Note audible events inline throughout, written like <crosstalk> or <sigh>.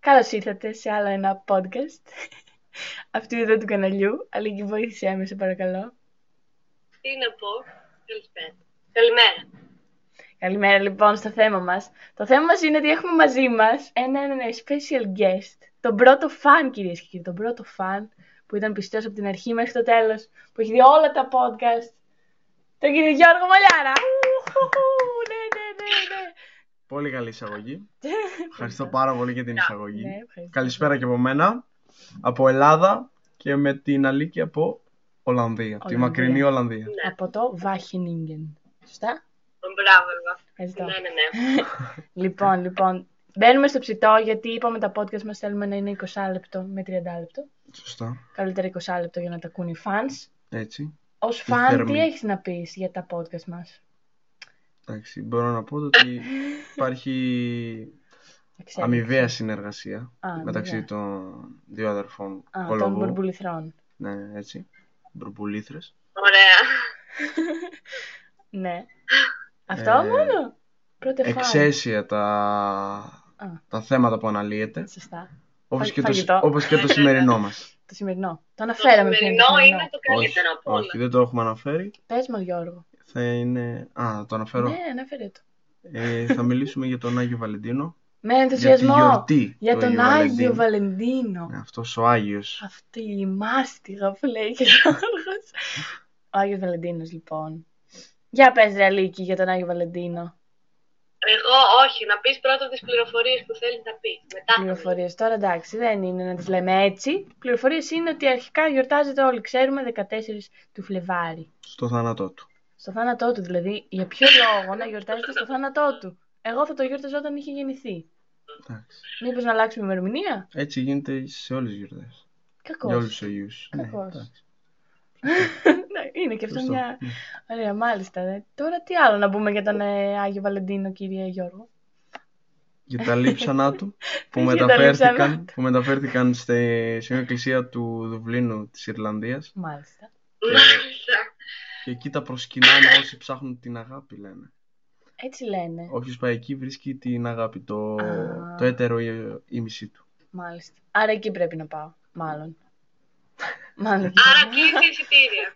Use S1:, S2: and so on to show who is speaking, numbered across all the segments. S1: Καλώς ήρθατε σε άλλο ένα podcast. <laughs> Αυτού εδώ του καναλιού. Αλίκη, βοήθησέ με, σε παρακαλώ.
S2: Τι να πω. Καλησπέρα. Καλημέρα.
S1: Καλημέρα, λοιπόν, στο θέμα μας. Το θέμα μας είναι ότι έχουμε μαζί μας έναν ένα special guest. Τον πρώτο φαν, κυρίες και κύριοι. Τον πρώτο φαν που ήταν πιστός από την αρχή μέχρι το τέλος. Που έχει δει όλα τα podcast. Τον κύριο Γιώργο Μολιάρα. ναι, ναι, ναι, ναι.
S3: Πολύ καλή
S1: <laughs>
S3: εισαγωγή. Ευχαριστώ πάρα πολύ για την εισαγωγή.
S1: Ναι, ευχαριστώ.
S3: Καλησπέρα και από μένα. Από Ελλάδα και με την Αλίκη από Ολλανδία. Τη
S1: Ολλανδία.
S3: μακρινή Ολλανδία.
S1: Από το Βάχινίγκεν. Σωστά.
S2: Ναι, Μπράβο, εγώ.
S1: Ευχαριστώ.
S2: Ναι, ναι, ναι.
S1: Λοιπόν, λοιπόν, μπαίνουμε στο ψητό γιατί είπαμε τα podcast μας θέλουμε να είναι 20 λεπτό με 30 λεπτό.
S3: Σωστά.
S1: Καλύτερα 20 λεπτό για να τα ακούν οι fans.
S3: Έτσι.
S1: Ως fan,
S3: θερμοί.
S1: τι έχεις να πεις για τα podcast μας.
S3: Εντάξει, μπορώ να πω
S1: <laughs>
S3: ότι υπάρχει
S1: Εξέλιξη.
S3: αμοιβαία συνεργασία
S1: Α,
S3: μεταξύ
S1: αμοιβαία.
S3: των δύο αδερφών
S1: Α, των
S3: Κολοβού.
S1: μπουρμπουληθρών.
S3: Ναι, έτσι. Μπουρμπουλήθρες.
S2: Ωραία.
S1: Ναι. Αυτό
S3: Ε,
S1: μόνο. Πρώτη fan.
S3: Εξαίσια τα...
S1: Α.
S3: τα θέματα που αναλύεται,
S1: Σωστά.
S3: όπως και,
S1: Φαγητό.
S3: το, όπως και το σημερινό
S1: <laughs>
S3: μας.
S1: Το σημερινό. Το
S2: Το
S1: αναφέραμε πριν.
S2: σημερινό
S1: ναι.
S2: είναι το
S3: όχι,
S2: καλύτερο από όλα.
S3: όχι, δεν το έχουμε αναφέρει.
S1: Πες μου, Γιώργο.
S3: Θα είναι... Α, να το αναφέρω.
S1: Ναι, αναφέρε το.
S3: Ε, θα μιλήσουμε για τον Άγιο Βαλεντίνο.
S1: Με
S3: για τη
S1: <laughs> ενθουσιασμό.
S3: γιορτή
S1: Για
S3: του
S1: τον
S3: Αγίου Βαλεντίνου.
S1: Άγιο Βαλεντίνο.
S3: Ναι, αυτός ο Άγιος.
S1: Αυτή η μάστιγα που λέει και ο Γιώργος. Ο Άγιος Βαλεντίνος, λοιπόν. Για πες ρε Αλίκη για τον Άγιο Βαλεντίνο.
S2: Εγώ όχι, να πεις πρώτα τις πληροφορίες που θέλεις να πεις. Μετά θα
S1: Πληροφορίες τώρα εντάξει δεν είναι να τις λέμε έτσι. Πληροφορίες είναι ότι αρχικά γιορτάζεται όλοι ξέρουμε 14 του Φλεβάρι.
S3: Στο θάνατό του.
S1: Στο θάνατό του δηλαδή. Για ποιο λόγο να γιορτάζεται στο θάνατό του. Εγώ θα το γιόρταζα όταν είχε γεννηθεί.
S3: Εντάξει.
S1: Μήπως να αλλάξουμε ημερομηνία.
S3: Έτσι γίνεται σε όλες τις γιορτές. Για όλους
S1: Κακός. <laughs>
S3: τους Αγίους.
S1: Κακός.
S3: εντάξει.
S1: Ναι, είναι και αυτό
S3: Σωστό.
S1: μια...
S3: Ναι.
S1: Ωραία, μάλιστα. ε. Τώρα τι άλλο να πούμε για τον ε, Άγιο Βαλεντίνο, κύριε Γιώργο.
S3: Για τα λείψανά
S1: <laughs>
S3: του που,
S1: Για τα λείψανά
S3: μεταφέρθηκαν, που μεταφέρθηκαν στη, σε μια εκκλησία του Δουβλίνου της Ιρλανδίας
S1: Μάλιστα.
S2: Μάλιστα.
S3: και εκεί τα προσκυνάνε όσοι ψάχνουν την αγάπη λένε.
S1: Έτσι λένε.
S3: Όποιος πάει εκεί βρίσκει την αγάπη, το,
S1: Α.
S3: το έτερο ήμιση του.
S1: Μάλιστα. Άρα εκεί πρέπει να πάω.
S3: <laughs>
S1: Μάλλον. Μάλλον.
S2: Άρα κλείσει εισιτήρια.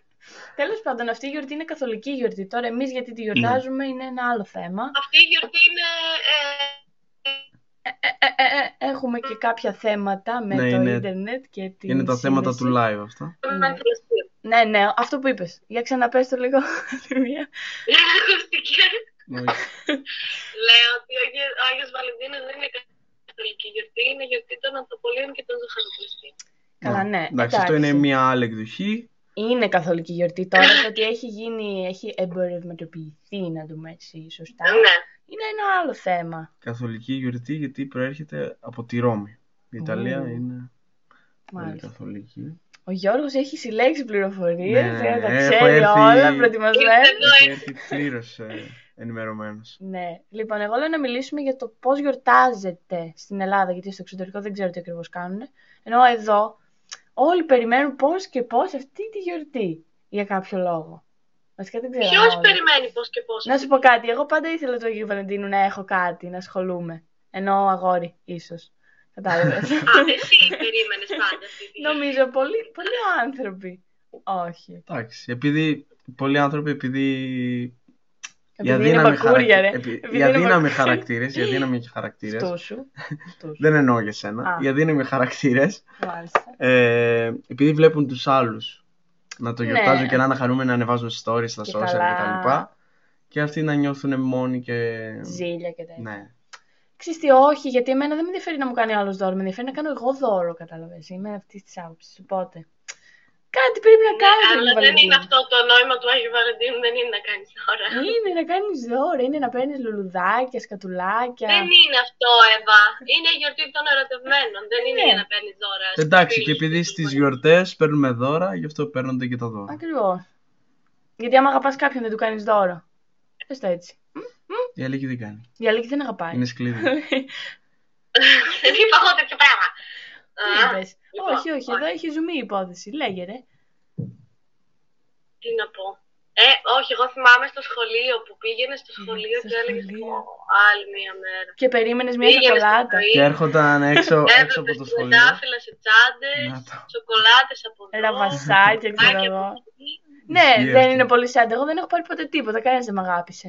S1: Τέλος πάντων, αυτή η γιορτή είναι καθολική γιορτή. Τώρα, εμείς γιατί τη γιορτάζουμε
S3: Ναι.
S1: είναι ένα άλλο θέμα.
S2: Αυτή η γιορτή είναι... ε,
S1: Ε, ε, ε, ε, έχουμε και κάποια θέματα με
S3: Ναι,
S1: το
S3: είναι-
S1: ίντερνετ και την.
S3: Είναι τα θέματα του
S1: σύνδεση.
S3: live αυτά.
S1: Ναι. Ναι, ναι, αυτό που είπες. Για ξαναπες το λίγο. <laughs> Δημία.
S2: Δεν ακούστηκε.
S3: Ναι,
S2: Λέω ότι ο Άγιος- ο Άγιος Βαλεντίνος δεν είναι καθολική γιορτή, είναι γιορτή των Ανθρωπολίων και των Ζωχαροπλαστών.
S1: Καλά, ναι.
S3: Εντάξει, αυτό είναι μια άλλη εκδοχή.
S1: Είναι καθολική γιορτή
S2: Ναι.
S1: τώρα, το ότι έχει γίνει, έχει εμπορευματοποιηθεί, να δούμε έτσι σωστά.
S2: Ναι.
S1: Είναι ένα άλλο θέμα.
S3: Καθολική γιορτή γιατί προέρχεται από τη Ρώμη. Η Ιταλία
S1: Ω,
S3: είναι πολύ
S1: Μάλιστα.
S3: καθολική.
S1: Ο Γιώργος έχει συλλέξει πληροφορίες,
S3: Ναι,
S1: ναι, τα
S3: έχω
S1: ξέρει
S3: έρθει-
S1: όλα, προετοιμασμένο.
S2: Ήρθε-
S3: Έχει έρθει πλήρως ε, ενημερωμένος.
S1: Ναι, λοιπόν, εγώ λέω να μιλήσουμε για το πώς γιορτάζεται στην Ελλάδα, γιατί στο εξωτερικό δεν ξέρω τι ακριβώς κάνουν. Ενώ εδώ όλοι περιμένουν πώς και πώς αυτή τη γιορτή, για κάποιο λόγο. Βασικά δεν ξέρω. αν
S2: Ποιος
S1: όλοι.
S2: περιμένει πώς και πώς.
S1: Να σου πω κάτι. Εγώ πάντα ήθελα το Αγίου Βαλεντίνου να έχω κάτι, να ασχολούμαι. Ενώ αγόρι, ίσως. Κατάλαβες.
S2: Α, εσύ περίμενες πάντα αυτή τη γιορτή.
S1: <laughs> Νομίζω πολλοί, πολλοί άνθρωποι. Όχι.
S3: Εντάξει, επειδή πολλοί άνθρωποι επειδή...
S1: Επειδή είναι μπακούρια, ρε.
S3: επει-
S1: Επειδή
S3: οι
S1: είναι
S3: αδύναμοι
S1: μπακούρια.
S3: χαρακτήρες, οι
S1: <laughs>
S3: αδύναμοι χαρακτήρες,
S1: Στου σου. Στου σου.
S3: δεν εννοώ για σένα,
S1: Α.
S3: οι αδύναμοι χαρακτήρες,
S1: Μάλιστα.
S3: ε, επειδή βλέπουν τους άλλους να το
S1: Ναι.
S3: γιορτάζουν και να είναι χαρούμενοι να ανεβάζουν stories στα
S1: Και
S3: social
S1: καλά.
S3: και τα λοιπά, και αυτοί να νιώθουν μόνοι και...
S1: Ζήλια και τέτοια.
S3: Ναι.
S1: Ξέρεις τι, όχι, γιατί εμένα δεν με ενδιαφέρει να μου κάνει άλλος δώρο. Με ενδιαφέρει να κάνω εγώ δώρο, κατάλαβες. Είμαι αυτής της άποψης. Οπότε. Κάτι πρέπει να
S2: Ναι,
S1: κάνει.
S2: αλλά δεν είναι αυτό το νόημα του Άγιου Βαλεντίνου, δεν είναι να κάνεις τώρα.
S1: Είναι να κάνεις δώρο, είναι να παίρνεις λουλουδάκια, σκατουλάκια.
S2: Δεν είναι αυτό, Εύα. Είναι η γιορτή των ερωτευμένων. Δεν είναι
S1: Ναι.
S2: για να παίρνεις δώρα. στους
S3: Ε, Εντάξει, και
S2: φίλους
S3: επειδή
S2: σου.
S3: στι γιορτές παίρνουμε δώρα, γι' αυτό παίρνονται και τα δώρα.
S1: Ακριβώς. Γιατί άμα αγαπάς κάποιον δεν του κάνεις δώρο. Πες το έτσι.
S3: Η Αλίκη δεν κάνει.
S1: Η Αλίκη δεν αγαπάει. <laughs>
S3: Είναι σκληρή.
S2: <laughs> Δεν είπα εγώ τέτοιο πράγμα.
S1: Τι
S2: Α,
S1: είπες?
S2: λοιπόν,
S1: όχι, όχι, εδώ έχει ζουμί η υπόθεση. Λέγε ρε.
S2: Τι να πω. Ε, όχι, Όχι, εγώ θυμάμαι στο σχολείο που πήγαινε στο σχολείο
S1: Ναι, στο
S2: και έλεγες
S1: σχολείο.
S2: άλλη μία μέρα.
S1: Και περίμενες μια
S2: Πήγαινες στο
S1: σοκολάτα.
S2: πρωί,
S3: Και έρχονταν
S1: Ε,
S3: έξω, έξω από
S2: έβλεπες
S3: το σχολείο.
S2: τριαντάφυλλα σε τσάντες,
S3: Να το.
S2: σοκολάτες από εδώ.
S1: Ραβασάκια, ξέρω
S2: πάκια
S1: εγώ.
S2: από εκεί.
S1: Ναι,
S3: Ισχύει
S1: δεν
S3: αυτό.
S1: είναι πολύ σαν. Εγώ δεν έχω πάρει ποτέ τίποτα. Κανένας δεν με αγάπησε.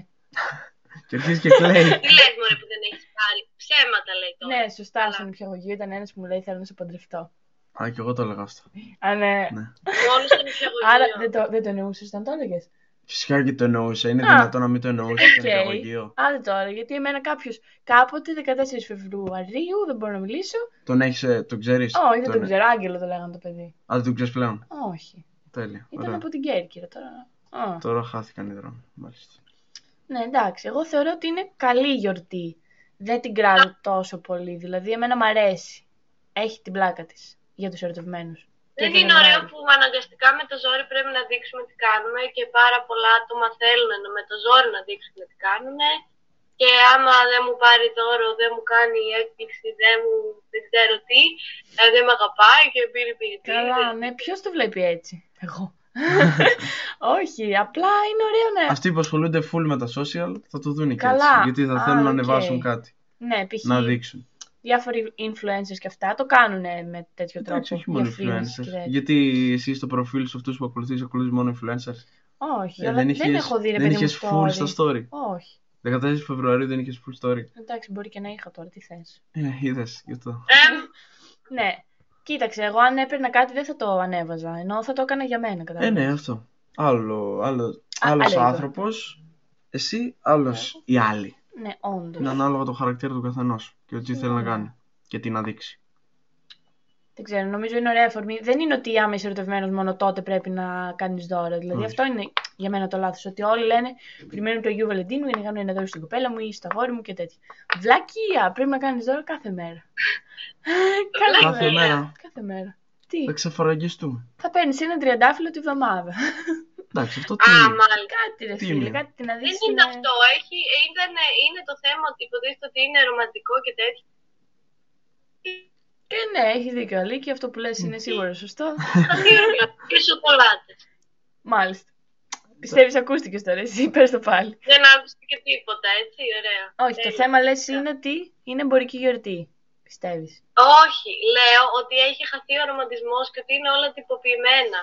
S3: Και αρχίζει και κλαίει.
S2: Τι λες, Μωρέ, που δεν έχεις πάρει. Ψέματα λέει τώρα.
S1: Ναι, σωστά.
S2: Καλά.
S1: Στον νηπιαγωγείο ήταν ένας που μου λέει Θέλω να σε παντρευτώ.
S3: Α, και εγώ το έλεγα αυτό.
S1: Α, ναι.
S3: Ναι.
S2: Μόνο στον νηπιαγωγείο.
S1: Άρα δεν το, δεν το εννοούσες, ήταν το έλεγες.
S3: Φυσικά και το εννοούσα. Είναι
S1: Α.
S3: δυνατό να μην το εννοούσε
S1: Οκ.
S3: το νηπιαγωγείο.
S1: Άντε τώρα, γιατί εμένα κάποιος κάποτε 14 Φεβρουαρίου δεν μπορώ να μιλήσω.
S3: Τον έχεις, ε, τον ξέρεις.
S1: Όχι, δεν τον
S3: ε,
S1: ξέρω. Άγγελο το λέγανε το παιδί.
S3: Α, δεν τον ξέρεις πλέον.
S1: Όχι.
S3: Τέλεια.
S1: Ήταν
S3: Ωραία.
S1: από την Κέρκυρα τώρα. Α.
S3: Τώρα χάθηκαν οι δρόμοι. Μάλιστα.
S1: Ναι, εντάξει. Εγώ θεωρώ ότι είναι καλή γιορτή. Δεν την κράζω τόσο πολύ. Δηλαδή, εμένα μ' αρέσει. Έχει την πλάκα της για τους ερωτευμένους.
S2: Δεν είναι ωραίο που αναγκαστικά με το ζόρι πρέπει να δείξουμε τι κάνουμε και πάρα πολλά άτομα θέλουν να- με το ζόρι να δείξουν τι κάνουν. Και άμα δεν μου πάρει δώρο, δεν μου κάνει έκπληξη, δεν μου δεν ξέρω τι, ε, δεν με αγαπάει και πήρε πυρητή.
S1: Καλά, ναι. Ποιος το βλέπει έτσι.
S2: <laughs>
S1: Εγώ. Όχι, απλά είναι ωραίο να.
S3: Αυτοί που ασχολούνται full με τα social θα το δουν και
S1: Καλά.
S3: έτσι. Γιατί θα
S1: Α,
S3: θέλουν να
S1: οκ.
S3: ανεβάσουν κάτι.
S1: Ναι, π.χ.
S3: Να δείξουν.
S1: διάφοροι influencers και αυτά το κάνουν με τέτοιο
S3: Εντάξει,
S1: τρόπο.
S3: όχι μόνο
S1: διαφήμιση και
S3: influencers.
S1: τέτοια.
S3: Γιατί εσύ στο προφίλ σου αυτούς που ακολουθείς, ακολουθείς μόνο influencers.
S1: Όχι,
S3: Ε,
S1: αλλά
S3: δεν
S1: δεν,
S3: είχες,
S1: έχω δει ρε
S3: δεν
S1: παιδί μου
S3: είχες full
S1: story.
S3: στα story.
S1: Όχι.
S3: 14 Φεβρουαρίου δεν είχες full story.
S1: Εντάξει, μπορεί και να είχα τώρα, τι θες.
S3: Ε, είδες γι' αυτό.
S2: Εμ,
S1: Ναι. Κοίταξε, εγώ αν έπαιρνα κάτι δεν θα το ανέβαζα. Ενώ θα το έκανα για μένα, κατά
S3: Ε, ναι, αυτό. Άλλο, άλλο, άλλος
S1: άλλο είδο.
S3: άνθρωπος, εσύ, άλλος ή άλλη.
S1: ναι όντως.
S3: Είναι ανάλογα το χαρακτήρα του καθενός και ό,τι θέλει να
S1: Ναι.
S3: κάνει και τι να δείξει.
S1: Δεν ξέρω, νομίζω είναι ωραία αφορμή. Δεν είναι ότι άμα είσαι ερωτευμένο μόνο τότε πρέπει να κάνεις δώρα. Δηλαδή
S3: Όχι.
S1: αυτό είναι για μένα το λάθος. Ότι όλοι λένε περιμένουν το Αγίου Βαλεντίνου για να κάνω ένα δώρο στην κοπέλα μου ή στο αγόρι μου και τέτοια. Βλακία! Πρέπει να κάνεις δώρο κάθε
S3: <laughs>
S1: μέρα. κάθε,
S2: Βλακία.
S3: Κάθε μέρα
S1: κάθε μέρα. Τι,
S3: θα ξεφαραγγιστούμε.
S1: θα παίρνεις ένα τριαντάφυλλο τη βδομάδα.
S3: Εντάξει, αυτό
S2: Α,
S3: τι είναι.
S2: μάλιστα.
S1: κάτι ρε
S3: Τι
S1: φίλε,
S3: είναι.
S1: κάτι την
S2: Δεν
S1: αδίκηση.
S2: είναι αυτό. Έχει, ήταν, είναι το θέμα ότι υποτίθεται ότι είναι ρομαντικό και τέτοιο.
S1: Και ναι, έχει δίκιο Αλίκη, αυτό που λες είναι σίγουρα σωστό.
S2: Τα δύο και σοκολάτε.
S1: Μάλιστα. Πιστεύεις, ακούστηκες τώρα, εσύ <laughs> πες το πάλι.
S2: Δεν άκουσα και τίποτα, έτσι, ωραία.
S1: Όχι,
S3: Ε,
S1: το
S2: Τέλεια.
S1: θέμα λες είναι ότι είναι εμπορική γιορτή. Πιστεύεις.
S2: Όχι, λέω ότι έχει χαθεί ο ρομαντισμός και ότι είναι όλα τυποποιημένα.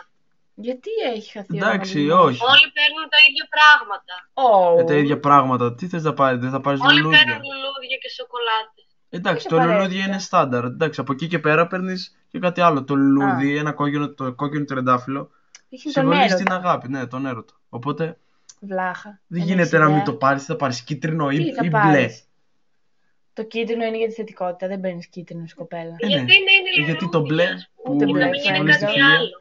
S1: Γιατί έχει χαθεί ο
S3: Εντάξει,
S1: ρομαντισμός?
S3: όχι.
S2: Όλοι παίρνουν τα ίδια πράγματα.
S1: Oh.
S3: Ε, τα ίδια πράγματα. Τι θες να πάρεις, δεν θα πάρεις
S2: Όλοι
S3: λουλούδια.
S2: παίρνουν λουλούδια και σοκολάτε.
S3: Εντάξει,
S1: Όχι
S3: το λουλούδι
S1: απαραίτητα.
S3: είναι στάνταρ. Εντάξει, από εκεί και πέρα παίρνεις και κάτι άλλο. Το λουλούδι, ένα κόκκινο, το κόκκινο τριαντάφυλλο,
S1: Είχε τον
S3: συμβολίζει την
S1: έρωτα.
S3: αγάπη, ναι, τον έρωτα. Οπότε
S1: Βλάχα.
S3: δεν
S1: έχεις
S3: γίνεται να
S1: ιδέα.
S3: μην το πάρεις, θα πάρεις κίτρινο ή,
S1: Τι θα
S3: ή μπλε.
S1: πάρεις? Το κίτρινο είναι για τη θετικότητα, δεν παίρνεις κίτρινο στην κοπέλα.
S3: Ε, ναι.
S2: γιατί να είναι
S3: Ε,
S2: λουλούδια,
S3: γιατί το μπλε
S2: ας πούμε,
S1: Ούτε
S3: που
S1: μπλε,
S2: να μην είναι
S3: συμβολίζει
S1: εμφανίζεται.
S3: τη
S2: κάτι
S3: φιλία.
S2: άλλο.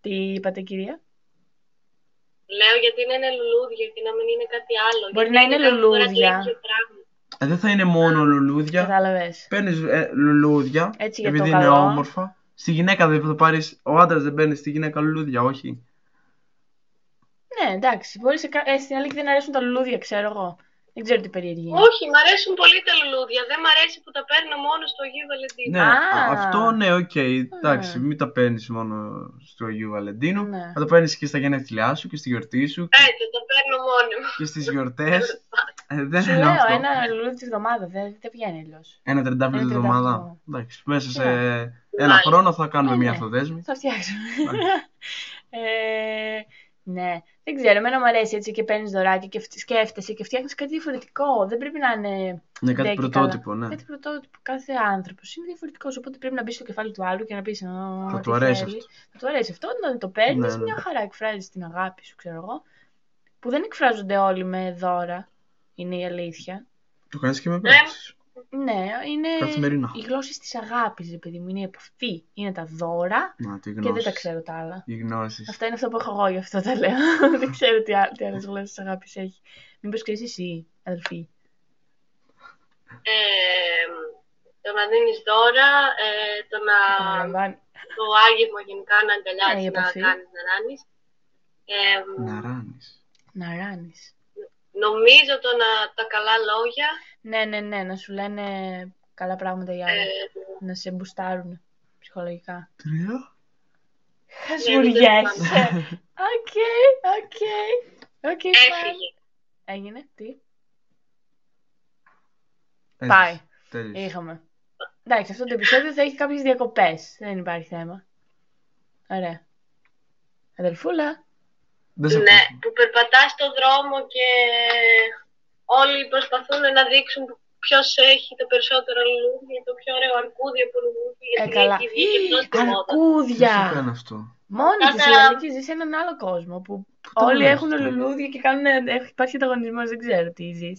S1: Τι είπατε, κυρία?
S2: Λέω γιατί να είναι λουλούδια και να μην είναι κάτι άλλο.
S1: Μπορεί
S2: Γιατί
S1: να είναι
S2: κάνουν τώρα το
S1: λουλούδια.
S2: ίδιο πράγμα.
S3: Ε, δεν θα είναι μόνο λουλούδια.
S1: Κατάλαβες.
S3: Παίρνεις λουλούδια
S1: Έτσι για
S3: επειδή
S1: το
S3: είναι
S1: καλό.
S3: όμορφα. Στη γυναίκα δεν θα πάρεις. Ο άντρας δεν παίρνει στη γυναίκα λουλούδια, όχι.
S1: Ναι, εντάξει. Μπορεί σε... κα- ε, στην αλήθεια δεν αρέσουν τα λουλούδια, ξέρω εγώ. Δεν ξέρω τι περίεργη είναι.
S2: Όχι, μ' αρέσουν πολύ τα λουλούδια. Δεν μ' αρέσει που τα παίρνω μόνο στο Αγίου Βαλεντίνο.
S3: Ναι,
S1: Α.
S3: α- αυτό ναι, οκ. εντάξει, μην τα παίρνεις μόνο στο Αγίου Βαλεντίνου.
S1: Ναι.
S3: Θα τα παίρνεις και στα γενέθλιά σου και στη γιορτή σου
S2: Έτσι, Ε, τα παίρνω μόνη μου.
S3: και στις γιορτές. ε, δεν
S1: Σου
S3: είναι
S1: λέω
S3: αυτό.
S1: ένα λουλούδι της βδομάδα, δεν, δεν βγαίνει αλλιώς.
S3: Ένα τριαντάφυλλο
S1: Ένα
S3: την
S1: τριαντάφυλλο.
S3: εβδομάδα. Εντάξει, μέσα σε ένα
S2: Μάλιστα.
S3: χρόνο θα κάνουμε
S1: Ε,
S3: μια
S1: ναι.
S3: αυτοδέσμη.
S1: Θα φτιάξω. <laughs> ε, ναι, δεν ξέρω. Εμένα μου αρέσει έτσι και παίρνεις δωράκι και φτι- σκέφτεσαι και φτιάχνεις κάτι διαφορετικό. Δεν πρέπει να είναι
S3: Ναι, κάτι
S1: Ναι, και
S3: πρωτότυπο, ναι.
S1: κάτι πρωτότυπο. Κάθε άνθρωπος είναι διαφορετικός. Οπότε πρέπει να μπεις στο κεφάλι του άλλου και να πεις.
S3: Θα του αρέσει αυτό.
S1: Θα του αρέσει αυτό. Να το παίρνεις,
S3: Ναι, ναι.
S1: μια χαρά εκφράζεις την αγάπη σου, ξέρω εγώ. Που δεν εκφράζονται όλοι με δώρα. Είναι η αλήθεια.
S3: Το κάνεις
S1: Ε,
S3: και με
S2: Ναι.
S3: πράξεις.
S1: Ναι, είναι
S3: Καθημερινά.
S1: οι γλώσσες της αγάπης, παιδί μου. Είναι η επαφή. Είναι τα δώρα
S3: Να, τη
S1: και δεν τα
S3: γνώση.
S1: ξέρω τα άλλα.
S3: Οι γνώσεις.
S1: Αυτά είναι αυτό που έχω εγώ, γι' αυτό τα λέω.
S2: <laughs>
S1: δεν ξέρω τι, άλλ- τι άλλες γλώσσες αγάπης έχει. Μήπως ξέρει εσύ, αδελφή.
S2: Ε, το να δίνεις δώρα, ε, το να.
S1: Καταλαμβάνει.
S2: το άγευμα γενικά να αγκαλιάζει,
S1: Ναι, η
S2: να
S1: επαφή.
S2: κάνεις, να ράνεις.
S3: Να ράνεις.
S1: Να ράνεις.
S2: νομίζω το να τα καλά λόγια.
S1: Ναι, ναι, ναι, να σου λένε καλά πράγματα για άλλα.
S2: Ε,
S1: Να σε Ε, μπουστάρουν ψυχολογικά.
S3: Τρία.
S1: Χασμουριέ.
S2: Ε, δεν
S1: Α, Οκ, οκ. Οκ, fine.
S2: Έφυγε.
S1: Έγινε, τι.
S3: Έτσι,
S1: <laughs> Πάει.
S3: τέλειωσε.
S1: Είχαμε. Εντάξει, αυτό το επεισόδιο θα έχει κάποιες διακοπές. Δεν υπάρχει θέμα. Ωραία. Αδελφούλα.
S3: Δεν σε
S2: Ναι,
S3: ακούσαμε.
S2: που περπατάς στον δρόμο και όλοι προσπαθούν να δείξουν ποιος έχει τα περισσότερα λουλούδια, το πιο ωραίο αρκούδια που λουλούδια.
S1: Ε,
S2: Γιατί
S1: καλά.
S2: εκεί βγήκε αυτό στη μόδα.
S3: Ποιος το
S1: Αρκούδια!
S3: έκανε αυτό.
S1: Μόνη της
S2: Κάνα-
S1: η Ιαννική ζει δηλαδή, σε έναν άλλο κόσμο που
S3: Πού το
S1: όλοι
S3: βλέπεις
S2: ναι.
S1: έχουν
S3: αυτό?
S1: λουλούδια και κάνουν. έχει- Υπάρχει ανταγωνισμός, δεν ξέρω τι ζεις.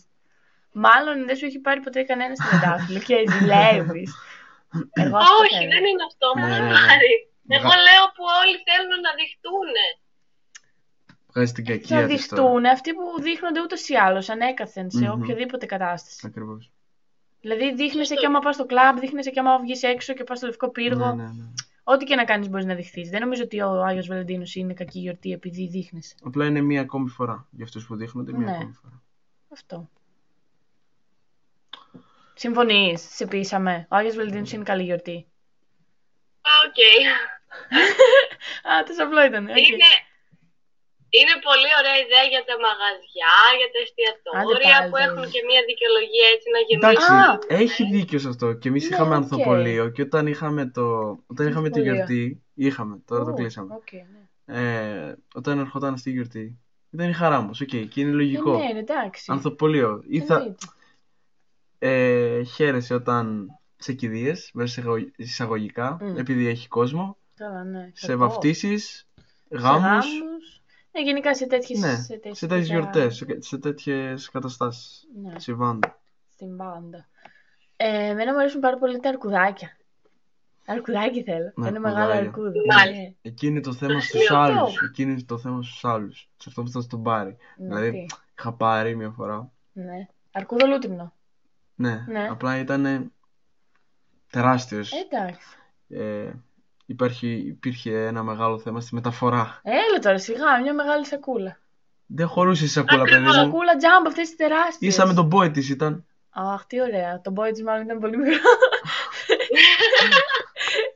S1: Μάλλον δεν σου έχει πάρει ποτέ κανένα στην εντάφυλλο και ζηλεύεις.
S2: <laughs>
S1: Εγώ αυτό
S2: Όχι,
S1: θέλω.
S2: δεν είναι αυτό
S3: Ναι,
S2: μου
S3: ναι, ναι.
S2: άρεσε. Εγώ
S3: Βγα-
S2: λέω που όλοι θέλουν να δειχτούν.
S3: Βγάζει την
S1: Ε, Θα
S3: κακία της τώρα.
S1: διχτούν αυτοί που δείχνονται ούτως ή άλλως ανέκαθεν σε
S3: Μμμ.
S1: οποιαδήποτε κατάσταση.
S3: Ακριβώς.
S1: Δηλαδή δείχνεσαι και άμα πας στο κλαμπ, δείχνεσαι και άμα βγεις έξω και πας στο λευκό πύργο.
S3: Ναι, ναι, ναι.
S1: Ό,τι και να κάνεις μπορείς να δειχθείς. Δεν νομίζω ότι ο Άγιος Βαλεντίνος είναι κακή γιορτή επειδή δείχνεσαι.
S3: Απλά είναι μία ακόμη φορά. Για αυτούς που δείχνονται, μία
S1: Ναι.
S3: ακόμη φορά.
S1: Αυτό. Συμφωνείς, σε πείσαμε. Ο Άγιος Βαλεντίνος είναι καλή γιορτή.
S2: Α, Οκ.
S1: Α, τόσο απλό ήταν. οκ.
S2: Είναι, είναι πολύ ωραία ιδέα για τα μαγαζιά, για τα εστιατόρια
S1: πάλι,
S2: που
S1: δεν
S2: έχουν
S1: είναι.
S2: και μια δικαιολογία έτσι να
S3: Εντάξει,
S2: γεμίσουν.
S1: Α,
S3: έχει δίκιο σε αυτό. Και εμείς
S1: Ναι,
S3: είχαμε
S1: οκ.
S3: ανθοπολείο και όταν είχαμε, το... όταν είχαμε τη
S1: Ανθοπολείο.
S3: γιορτή. Είχαμε, τώρα το
S1: Ου,
S3: κλείσαμε.
S1: οκ, ναι.
S3: Ε, όταν ερχόταν στη γιορτή, ήταν η χαρά μου. Οκ, και είναι λογικό.
S1: Ε, ναι, εντάξει.
S3: Ανθοπολείο. Ή θα-
S1: Εννοείται.
S3: ε, χαίρεσαι όταν σε κηδείες, μέσα εισαγω- εισαγωγικά,
S1: Μμ.
S3: επειδή έχει κόσμο.
S1: Καλά, ναι.
S3: Σε
S1: Κακό.
S3: βαφτίσεις,
S1: Σε
S3: γάμους.
S1: γάμους. Ναι, γενικά σε τέτοιες
S3: Ναι, σε τέτοιες γιορτές, σε- σε τέτοιες καταστάσεις.
S1: Ναι.
S3: Συμβάντα.
S1: Στην πάντα. Ε, εμένα μου αρέσουν πάρα πολύ τα αρκουδάκια. Αρκουδάκι θέλω.
S3: Ναι,
S1: Ένα μεγάλο
S3: αρκουδάκια.
S1: αρκούδι.
S2: Μάλιστα.
S1: Ναι,
S3: Εκεί είναι το θέμα
S2: Το
S3: στους
S2: σημείο
S3: άλλους.
S1: αυτό.
S3: Εκεί είναι το θέμα στους άλλους. Σε αυτό που θα τον πάρει.
S1: ναι,
S3: Δηλαδή-
S1: τι.
S3: Είχα πάρει μια φορά.
S1: Ναι. Αρκούδο λούτυμνο.
S3: Ναι,
S1: Ναι.
S3: απλά ήταν τεράστιος.
S1: Ε, Εντάξει.
S3: Ε, υπάρχει, υπήρχε ένα μεγάλο θέμα στη μεταφορά.
S1: Έλα τώρα σιγά, μια μεγάλη σακούλα.
S3: Δεν χωρούσε η σακούλα, παιδί
S2: Ακριβώς.
S3: μου.
S1: Σακούλα τζάμπ, αυτέ τι τεράστιε.
S3: Ίσα με τον πόη της ήταν.
S1: Αχ, τι ωραία. Το boy της μάλλον ήταν πολύ μικρό.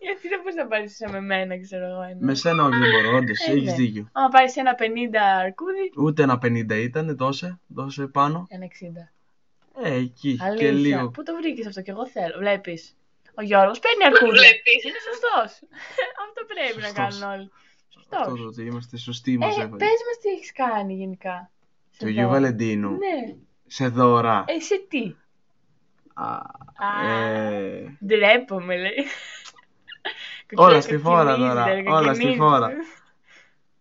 S1: Γιατί δεν μπορείς να πάρεις ίσα με μένα, ξέρω εγώ. εννοώ.
S3: Με σένα όχι δεν μπορώ, όντως,
S1: Ε,
S3: έχεις
S1: ναι.
S3: δίκιο.
S1: Άμα πάρεις ένα 50 αρκούδι,
S3: Ούτε ένα 50 ήταν, δώσε, δώσε πάνω.
S1: ένα 60.
S3: Ε, εκεί και
S1: Αλήθεια.
S3: λίγο.
S1: Πού το βρήκες αυτό και εγώ θέλω. Βλέπεις. Ο Γιώργος παίρνει αρκούδια.
S2: Βλέπεις.
S1: Είναι σωστός. αυτό πρέπει να
S3: Σωστός.
S1: κάνουν όλοι.
S3: Αυτό
S1: Σωστός.
S3: το ότι είμαστε σωστοί μας
S1: Ε, πε
S3: έφαγε.
S1: μας τι έχεις κάνει γενικά. Σε
S3: Του Γιου
S1: δώρα.
S3: Βαλεντίνου.
S1: Ναι. Ε.
S3: Σε δώρα.
S1: Εσύ τι.
S3: Α,
S1: Α,
S3: ε,
S1: Ντρέπομαι, λέει.
S3: Όλα στη φορά
S1: Κοκκινίζει,
S3: τώρα,
S1: λέει,
S3: όλα στη
S1: κοκκινίζει.
S3: φορά.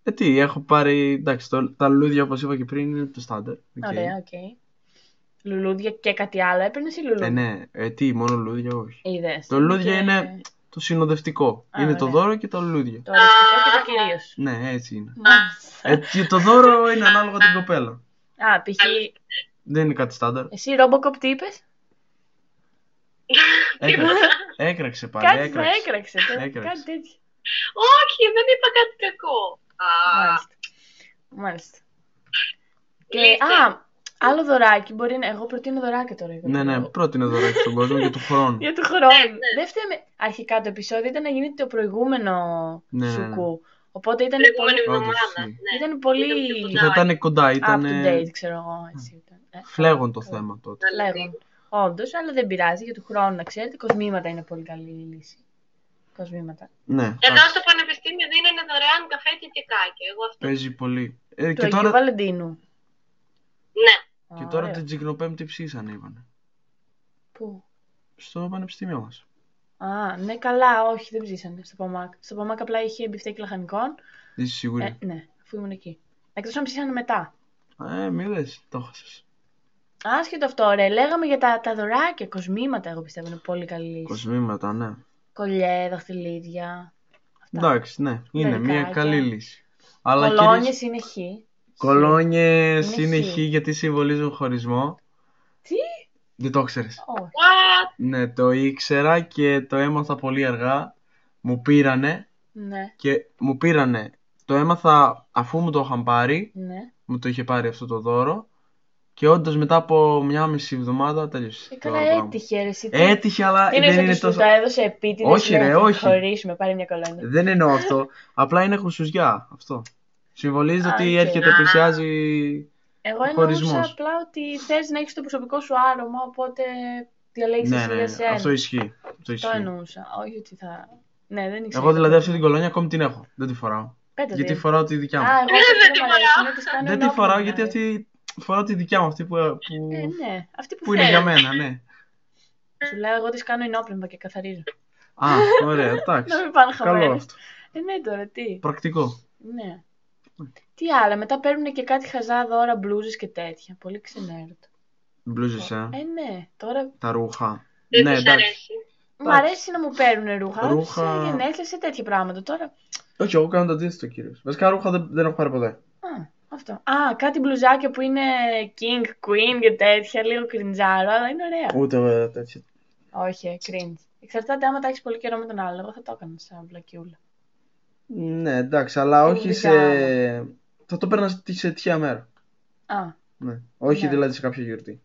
S3: ε, τι, έχω πάρει. Εντάξει, το- τα λουλούδια όπως είπα και πριν είναι το στάντερ. οκ.
S1: Ωραία, οκ. Λουλούδια και κάτι άλλο. Έπαιρνες ή λουλούδια.
S3: Ε, ναι, ε, τι, μόνο λουλούδια, όχι.
S1: Είδες.
S3: Το λουλούδια
S1: Ε, Και
S3: είναι το συνοδευτικό.
S1: Α,
S3: είναι το
S1: ωραία.
S3: δώρο και τα λουλούδια.
S1: Το αριστικό και το κυρίως.
S3: Ναι, έτσι είναι. Ε, και το δώρο είναι ανάλογα την κοπέλα.
S1: Α, π.χ.
S3: Δεν είναι κάτι στάνταρ.
S1: Εσύ Robocop τι είπες. <laughs>
S3: Έκραξε, έκραξε πάλι.
S1: Κάτι θα
S3: έκραξε.
S1: έκραξε. τε-
S3: Έκραξε.
S1: Κάτι τέτοιο.
S2: Όχι, δεν είπα κάτι κακό. Α,
S1: Μάλιστα. Μάλιστα. Και,
S2: λύστε.
S1: α, άλλο δωράκι μπορεί να. Εγώ προτείνω δωράκια τώρα.
S3: Ναι, ναι, πρότεινε δωράκι στον κόσμο για του
S1: <laughs>
S3: χρόνου.
S1: Για του χρόνου.
S2: Ναι, ναι.
S1: Δεν φταίμε. Αρχικά το επεισόδιο ήταν να γίνει το προηγούμενο
S3: Ναι, ναι, ναι.
S1: σουκού. Οπότε ήταν
S2: Προηγούμενη
S1: πολύ,
S2: εβδομάδα.
S3: Όντως,
S2: ναι.
S1: ήταν πολύ
S2: Ήταν πιο
S3: Και θα ήταν κοντά,
S1: up
S3: ήταν
S1: to date, ξέρω εγώ. έτσι
S3: Mm.
S1: ήταν. Ε,
S3: φλέγον το
S1: καλά.
S3: θέμα τότε.
S2: Να λέει.
S1: Λέγον. Όντως, αλλά δεν πειράζει για του χρόνου, να ξέρετε. Κοσμήματα είναι πολύ καλή η λύση. Κοσμήματα.
S3: Ναι,
S2: Εδώ
S3: εντάξει,
S2: στο πανεπιστήμιο δίνανε δωρεάν καφέ και κεκάκι. Εγώ αυτό.
S3: παίζει πολύ. Ε,
S1: Του
S3: και
S1: Αγίου
S3: τώρα,
S1: Βαλεντίνου.
S2: Ναι.
S3: και τώρα
S1: Ωραία.
S3: την τσικνοπέμπτη ψήσανε, είπανε.
S1: Πού?
S3: Στο πανεπιστήμιο μας.
S1: Α, ναι, καλά, όχι, δεν ψήσανε στο Παμάκ. Στο Παμάκ απλά είχε μπιφτέκι λαχανικών.
S3: Είσαι σίγουρη.
S1: Ε, ναι, αφού ήμουν εκεί. Εκτός αν ψήσανε μετά.
S3: Ε, μη λες, το έχασες.
S1: Άσχετο αυτό, ρε. Λέγαμε για τα, τα δωράκια, κοσμήματα, εγώ πιστεύω είναι πολύ καλή λύση.
S3: Κοσμήματα, ναι.
S1: Κολλιέ, δαχτυλίδια.
S3: Εντάξει, ναι, είναι μια
S1: Μερικάκια.
S3: καλή λύση. Αλλά
S1: Κολόνιε
S3: κυρίως-
S1: είναι χ.
S3: Κολόνιες
S1: Είναι
S3: είναι
S1: χ.
S3: χ γιατί συμβολίζουν χωρισμό.
S1: Τι?
S3: Δεν το ξέρεις.
S1: Όχι.
S2: What?
S3: Ναι, το ήξερα και το έμαθα πολύ αργά. Μου πήρανε
S1: Ναι,
S3: και μου πήρανε. Το έμαθα αφού μου το είχαν πάρει.
S1: ναι.
S3: μου το είχε πάρει αυτό το δώρο. Και όντως μετά από μια μισή εβδομάδα τέλειωσε.
S1: Ε,
S3: το
S1: καλά,
S3: πράγμα.
S1: έτυχε, ρε. Εσύ, τι-
S3: Έτυχε, αλλά
S1: Τι
S3: Ε, δεν
S1: είναι
S3: είναι
S1: ότι σου
S3: τόσο.
S1: τα έδωσε επίτηδες.
S3: Όχι, ρε, όχι.
S1: Χωρίσουμε, πάρε μια κολόνια.
S3: Δεν εννοώ αυτό. Απλά είναι χουσουζιά αυτό. Συμβολίζει
S1: Α,
S3: ότι
S1: οκ.
S3: έρχεται, πλησιάζει.
S1: Εγώ εννοούσα
S3: Ε, χωρισμός.
S1: απλά ότι θες να έχεις το προσωπικό σου άρωμα, οπότε διαλέγεις
S3: Ναι,
S1: εσύ
S3: ναι,
S1: για
S3: ναι.
S1: σένα.
S3: Αυτό ισχύει. Αυτό
S1: Το
S3: ισχύει.
S1: εννοούσα. Όχι ότι θα. Ναι, δεν ήξερα.
S3: Εγώ δηλαδή αυτή την κολόνια ακόμη την έχω. Δεν τη φοράω.
S1: Πέτα
S3: Γιατί
S1: την.
S3: φοράω τη δικιά
S1: Ε, Α,
S3: μου.
S1: εγώ
S2: Ε,
S1: αυτή
S2: δεν
S1: δεν
S2: τη
S1: μ'
S2: φοράω.
S1: αρέσει, τις κάνω
S3: Δεν τη
S1: ενόπλη,
S3: φοράω
S1: μ'
S3: γιατί
S1: αρέσει.
S3: αυτή. Φοράω τη δικιά μου, αυτή που, που,
S1: ναι. Ε, ναι, αυτή που,
S3: που είναι για
S1: θέλεις.
S3: μένα, ναι.
S1: Σου λέω, εγώ τις κάνω ενόπλευμα και καθαρίζω.
S3: Α,
S1: <laughs>
S3: ωραία, εντάξει.
S1: Να μην πάνε
S3: Καλό
S1: χαμένες.
S3: αυτό.
S1: Ε, ναι τώρα, τι.
S3: Πρακτικό.
S1: Ναι. Τι άλλα, μετά παίρνουν και κάτι χαζά δώρα, μπλούζες και τέτοια. Πολύ ξενέρωτο.
S3: Μπλούζες, ε.
S1: Ε, ναι, τώρα
S3: Τα ρούχα.
S2: Δεν
S3: Ναι,
S2: της
S3: εντάξει.
S2: αρέσει.
S1: μου αρέσει να μου παίρνουν ρούχα.
S3: Ρούχα.
S1: Σε γενέθλια, σε τέτοια πράγματα. Τώρα
S3: Όχι, εγώ κάνω το αντίθετο κυρίω. Βασικά ρούχα δεν, δεν έχω πάρει ποτέ.
S1: Α, αυτό. Α, κάτι μπλουζάκια που είναι king, queen και τέτοια, λίγο κριντζάρο, αλλά είναι ωραία.
S3: Ούτε ε, τέτοια.
S1: Όχι, ε, cringe. Εξαρτάται άμα τα έχεις πολύ καιρό με τον άλλο. Εγώ θα το έκανα σαν βλακιούλα.
S3: Ναι, εντάξει, αλλά
S1: Πολύ
S3: όχι σε. Θα το παίρνας στη- σε τυχαία μέρα.
S1: Α,
S3: Ναι. Όχι
S1: Ναι.
S3: δηλαδή σε κάποια γιορτή.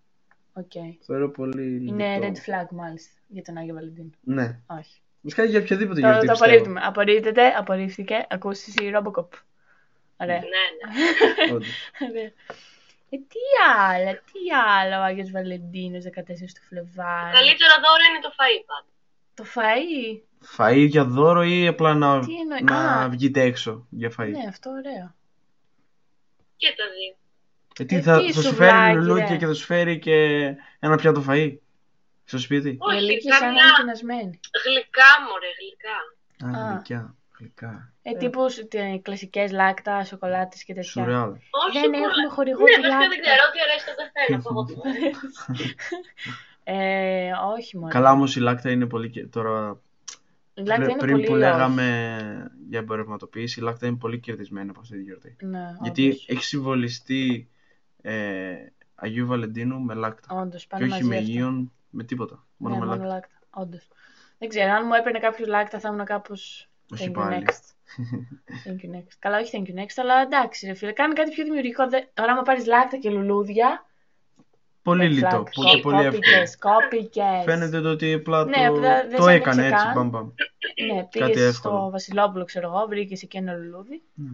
S1: οκ.
S3: Θεωρώ πολύ.
S1: Είναι
S3: λυπητό.
S1: red flag μάλιστα για τον Άγιο Βαλεντίνο.
S3: Ναι.
S1: Όχι.
S3: Βασικά για οποιαδήποτε
S1: Το,
S3: γιορτή.
S1: το
S3: πιστεύω.
S1: απορρίπτουμε. Απορρίπτεται, απορρίφθηκε. Ακούσεις η Robocop. Ωραία.
S2: Ναι, ναι.
S1: <laughs>
S3: Όντως.
S1: Ωραία. Ε, τι άλλα, τι άλλο ο Άγιος Βαλεντίνος 14 του Φλεβάρι.
S2: Καλύτερο δώρο είναι το φαΐ πάντα.
S1: Το φαΐ.
S3: Φαΐ για δώρο ή απλά να,
S1: Τι εννοεί-
S3: να
S1: Α.
S3: βγείτε έξω για φαΐ.
S1: Ναι, αυτό ωραίο.
S2: Και τα δύο.
S3: Ε, τι,
S1: Ε,
S3: θα,
S1: τι
S3: θα σου
S1: σουβλάκι, ναι.
S3: φέρει
S1: ρε.
S3: λουλούδια και θα σου φέρει και ένα πιάτο φαΐ στο σπίτι.
S1: Η
S2: Όχι,
S1: Ελίκη σαν να
S2: καμιά
S1: είναι πεινασμένη.
S2: γλυκά, μωρέ, γλυκά.
S3: Α,
S1: Α.
S3: γλυκιά, γλυκά.
S1: Ε, τύπου κλασικές λάκτα, σοκολάτες και τέτοια.
S3: Σουρεάλ.
S2: Όχι,
S1: Δεν
S2: πολλά.
S1: έχουμε χορηγό
S2: Ναι,
S1: τη
S2: βασικά δεν
S1: λάκτα.
S2: ξέρω τι αρέσει τον καθένα από αυτό.
S1: Ε, όχι μόνο.
S3: Καλά όμως η λάκτα είναι πολύ και τώρα...
S1: Η λάκτα
S3: πρι-
S1: είναι
S3: πριν
S1: πολύ
S3: που
S1: λόγος.
S3: λέγαμε για εμπορευματοποίηση, η λάκτα είναι πολύ κερδισμένη από αυτή τη γιορτή.
S1: Ναι,
S3: Γιατί έχει συμβολιστεί ε, Αγίου Βαλεντίνου με λάκτα.
S1: Όντως,
S3: και
S1: πάνε
S3: όχι
S1: μαζί.
S3: με
S1: αυτά.
S3: Αγίων, με τίποτα. Μόνο
S1: ναι,
S3: με
S1: μόνο
S3: λάκτα.
S1: λάκτα. Όντως. Δεν ξέρω, αν μου έπαιρνε κάποιος λάκτα θα ήμουν κάπως.
S3: Όχι
S1: Thank you
S3: πάλι. <laughs>
S1: next. Thank you next. Καλά, όχι thank you next, αλλά εντάξει, ρε φίλε, κάνει κάτι πιο δημιουργικό. Δε... Τώρα, άμα πάρεις λάκτα και λουλούδια.
S3: Πολύ
S1: red
S3: λιτό
S1: flag. Ε,
S3: που- και πολύ εύκολο.
S1: Copycats, copycats.
S3: Φαίνεται το ότι απλά
S1: Ναι,
S3: το,
S1: απλά δεν
S3: το
S1: σ'
S3: έκανε
S1: άνοιξε
S3: έτσι,
S1: καν.
S3: μπαμ, μπαμ.
S1: Ναι,
S3: Κάτι
S1: πήγες
S3: εύκολο.
S1: στο Βασιλόπουλο, ξέρω εγώ, βρήκες εκεί ένα λουλούδι.
S3: Μμ.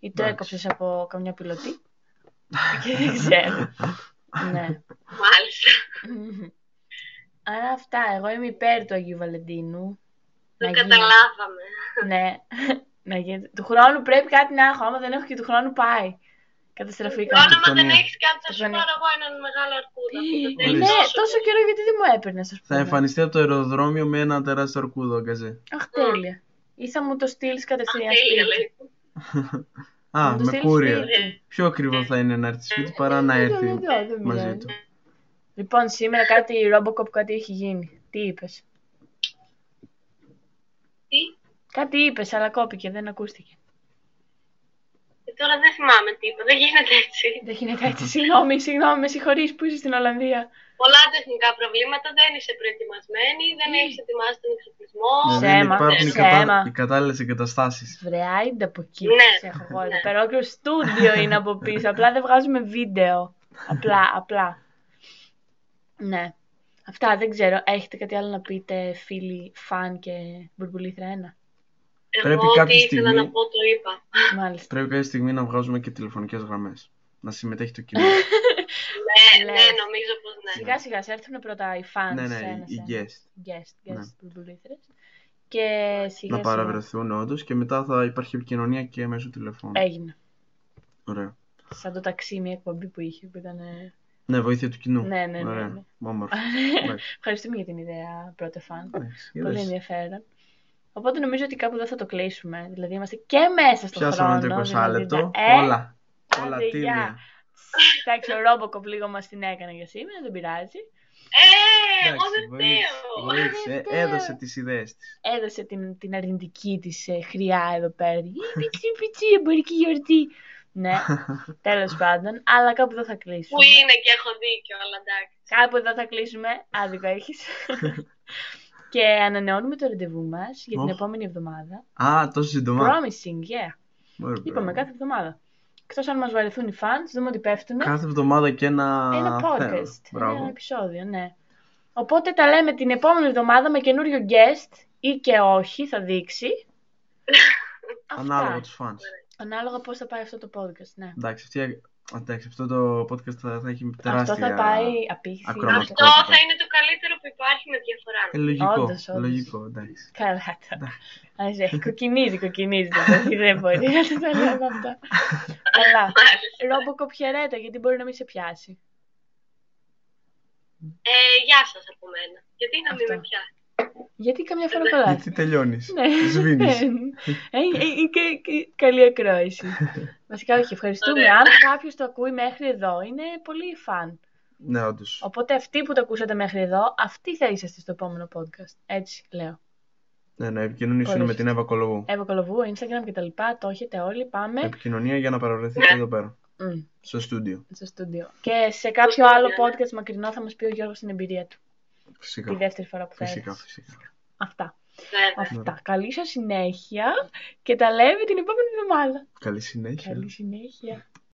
S1: Ή το
S3: Εντάξει.
S1: έκοψες από καμιά πιλωτή. και δεν
S3: <laughs>
S1: ξέρω. ναι.
S2: Μάλιστα.
S1: Άρα αυτά. Εγώ είμαι υπέρ του Αγίου Βαλεντίνου.
S2: Δεν
S1: γίνει.
S2: καταλάβαμε.
S1: ναι. <laughs> να γίνεται. Του χρόνου πρέπει κάτι να έχω. Άμα δεν έχω και του χρόνου πάει. Καταστραφήκα.
S2: Τώρα, άμα δεν
S3: Τεκτονία.
S2: έχει κάτι, θα σου
S1: Τεκτονία.
S2: πάρω εγώ έναν μεγάλο αρκούδα.
S3: Ορίστε.
S1: ναι, τόσο καιρό γιατί δεν μου έπαιρνες, ας
S3: Θα
S1: πούμε.
S3: εμφανιστεί από το αεροδρόμιο με ένα τεράστιο αρκούδο, αγκαζέ.
S1: Αχ, τέλεια. Ή θα μου το στείλεις κατευθείαν
S2: Τέλεια,
S1: σπίτι.
S2: λέει. Ε,
S1: Μου
S3: Α, με
S1: το στείλεις
S3: κούρια.
S1: σπίτι.
S3: Πιο ακριβό θα είναι να έρθει σπίτι παρά να
S1: Ε,
S3: έρθει
S1: δεν- δεν- δεν
S3: μαζί
S1: μιλάει.
S3: του.
S1: Λοιπόν, σήμερα κάτι Robocop κάτι έχει γίνει. Τι είπες.
S2: Τι,
S1: Κάτι είπες, αλλά κόπηκε, δεν ακούστηκε.
S2: Ε, τώρα δεν θυμάμαι τίποτα, δεν γίνεται έτσι.
S1: Δεν γίνεται <laughs> έτσι. Συγγνώμη, συγγνώμη, με συγχωρείς που είσαι στην Ολλανδία.
S2: Πολλά τεχνικά προβλήματα, δεν είσαι προετοιμασμένη,
S1: Ε.
S2: δεν έχεις ετοιμάσει τον εξοπλισμό.
S3: Ναι, δεν
S1: Ψέμα,
S3: υπάρχουν οι
S1: ψέμα.
S3: κατάλληλε- οι κατάλληλες εγκαταστάσεις.
S1: Βρεάιντα από εκεί.
S2: Ναι.
S1: σε έχω εγώ εδώ πέρα. Όλο
S2: <laughs>
S1: στούντιο είναι από πίσω. Απλά δεν βγάζουμε βίντεο. Απλά, απλά. Ναι. Αυτά δεν ξέρω. Έχετε κάτι άλλο να πείτε, φίλοι, φαν και μπουρμπουλήθρα ένα.
S3: Πρέπει
S2: Εγώ ό,τι
S3: κάποια
S2: ήθελα
S3: στιγμή-
S2: να πω το είπα.
S1: Μάλιστα.
S3: Πρέπει κάποια στιγμή να βγάζουμε και τηλεφωνικές γραμμές. Να συμμετέχει το κοινό.
S2: Ναι,
S1: Λες.
S2: ναι, νομίζω πως ναι.
S1: Σιγά σιγά σε έρθουν πρώτα οι fans.
S3: ναι, ναι,
S1: ένα,
S3: οι
S1: σε ένα.
S3: guest.
S1: Guest, guest,
S3: Ναι.
S1: μπουρμπουλήθρες. Και
S3: Να
S1: σιγά σιγά.
S3: παραβρεθούν όντως και μετά θα υπάρχει επικοινωνία και μέσω τηλεφώνου.
S1: Έγινε.
S3: Ωραία.
S1: Σαν το ταξί, μια εκπομπή που είχε που ήταν. ε,
S3: Ναι, βοήθεια του κοινού.
S1: Ναι, ναι, ναι,
S3: Ωραία.
S1: ναι. <laughs>
S3: Όμορφο. Εντάξει.
S1: Ευχαριστούμε για την ιδέα, πρώτε φαν.
S3: Εντάξει,
S1: Πολύ
S3: είδες.
S1: ενδιαφέρον. Οπότε νομίζω ότι κάπου εδώ θα το κλείσουμε. Δηλαδή είμαστε και μέσα στον
S3: Πιάσαμε
S1: χρόνο.
S3: το 20
S1: δηλαδή,
S3: λεπτό.
S1: ε,
S3: Όλα. Όλα
S1: άντε, γεια.
S3: τίμια.
S1: Εντάξει, ο Robocop λίγο μας την έκανε για σήμερα, δεν πειράζει.
S2: Ε, εγώ
S3: Εντάξει,
S2: δεν
S3: βοήθησε,
S2: θέλω.
S3: βοήθησε, έδωσε τις ιδέες της. <laughs>
S1: Έδωσε την, την αρνητική της ε, χρειά εδώ πέρα. Ή, Πιτσί, πιτσί, εμπορική γιορτή.
S3: <laughs>
S1: ναι, τέλος πάντων. Αλλά κάπου εδώ θα
S2: Που
S1: κλείσουμε.
S2: είναι και έχω δίκιο, αλλά εντάξει.
S1: Κάπου εδώ θα κλείσουμε. Άδικο
S3: <laughs>
S1: έχεις. και ανανεώνουμε το ραντεβού μας για την
S3: Οχ.
S1: επόμενη εβδομάδα.
S3: Α, τόσο σύντομα.
S1: Promising, yeah.
S3: Ωραία,
S1: Είπαμε
S3: μπράβο.
S1: κάθε εβδομάδα. Εκτός αν μας βαρεθούν οι fans, δούμε ότι πέφτουν.
S3: Κάθε εβδομάδα και ένα,
S1: Ένα
S3: θέμα.
S1: podcast. Ένα
S3: Μπράβο.
S1: επεισόδιο, ναι. Οπότε τα λέμε την επόμενη εβδομάδα με καινούριο
S3: <laughs>
S1: guest ή και όχι, θα δείξει. Αυτά.
S3: Ανάλογα τους fans.
S1: Ανάλογα πώς θα πάει αυτό το podcast, ναι.
S3: Εντάξει, αυτή- εντάξει, αυτό το podcast θα, θα έχει τεράστια...
S1: Αυτό θα πάει
S3: Ακροαματικό.
S1: απίθυνα.
S2: Αυτό
S3: πραγματικότητα.
S2: θα είναι το καλύτερο που υπάρχει με διαφορά.
S3: Ε, λογικό,
S1: Όντως, όντως.
S3: λογικό, εντάξει.
S1: Καλά τα.
S3: Ναι.
S1: Ας, ε, κοκκινίζει, κοκκινίζει. το παιδί, Δεν
S3: <laughs>
S1: μπορεί να τα λέμε αυτά. Καλά.
S2: Μάλιστα.
S1: Ρόμπο κοπιερέτα, γιατί μπορεί να μην σε πιάσει.
S2: Ε, γεια σας από μένα. Γιατί να μην
S1: Αυτό.
S2: με πιάσει.
S1: Γιατί καμιά φορά κολλάς.
S3: Γιατί τελειώνεις,
S1: Ναι.
S3: σβήνεις.
S1: Ε, ε, ε, και- και- Καλή
S3: <laughs>
S1: ακρόαση. Βασικά, όχι, ευχαριστούμε.
S2: Ωραία.
S1: Αν κάποιος το ακούει μέχρι εδώ, είναι πολύ φαν.
S3: ναι, όντως.
S1: Οπότε αυτοί που το ακούσατε μέχρι εδώ, αυτοί θα είσαστε στο επόμενο podcast. Έτσι λέω.
S3: Ναι, ναι, επικοινωνήσουν με
S1: Ορίστε.
S3: την Εύα Κολοβού.
S1: Εύα Κολοβού, Instagram και τα λοιπά, το έχετε όλοι, πάμε
S3: Επικοινωνία για να
S1: Ναι.
S3: παραβρεθείτε εδώ πέρα,
S1: Μμ,
S3: στο στούντιο.
S1: στο στούντιο. Και σε κάποιο
S2: Στο
S1: άλλο
S2: στούντιο, ναι.
S1: podcast μακρινό θα μας πει ο Γιώργος την εμπειρία του, τη
S3: Φυσικά,
S1: δεύτερη φορά που θα
S3: φυσικά,
S1: έρθεις.
S3: φυσικά.
S1: Αυτά.
S2: Βέβαια.
S1: Αυτά. Καλή σας συνέχεια και τα λέμε την επόμενη εβδομάδα.
S3: Καλή συνέχεια.
S1: Καλή συνέχεια.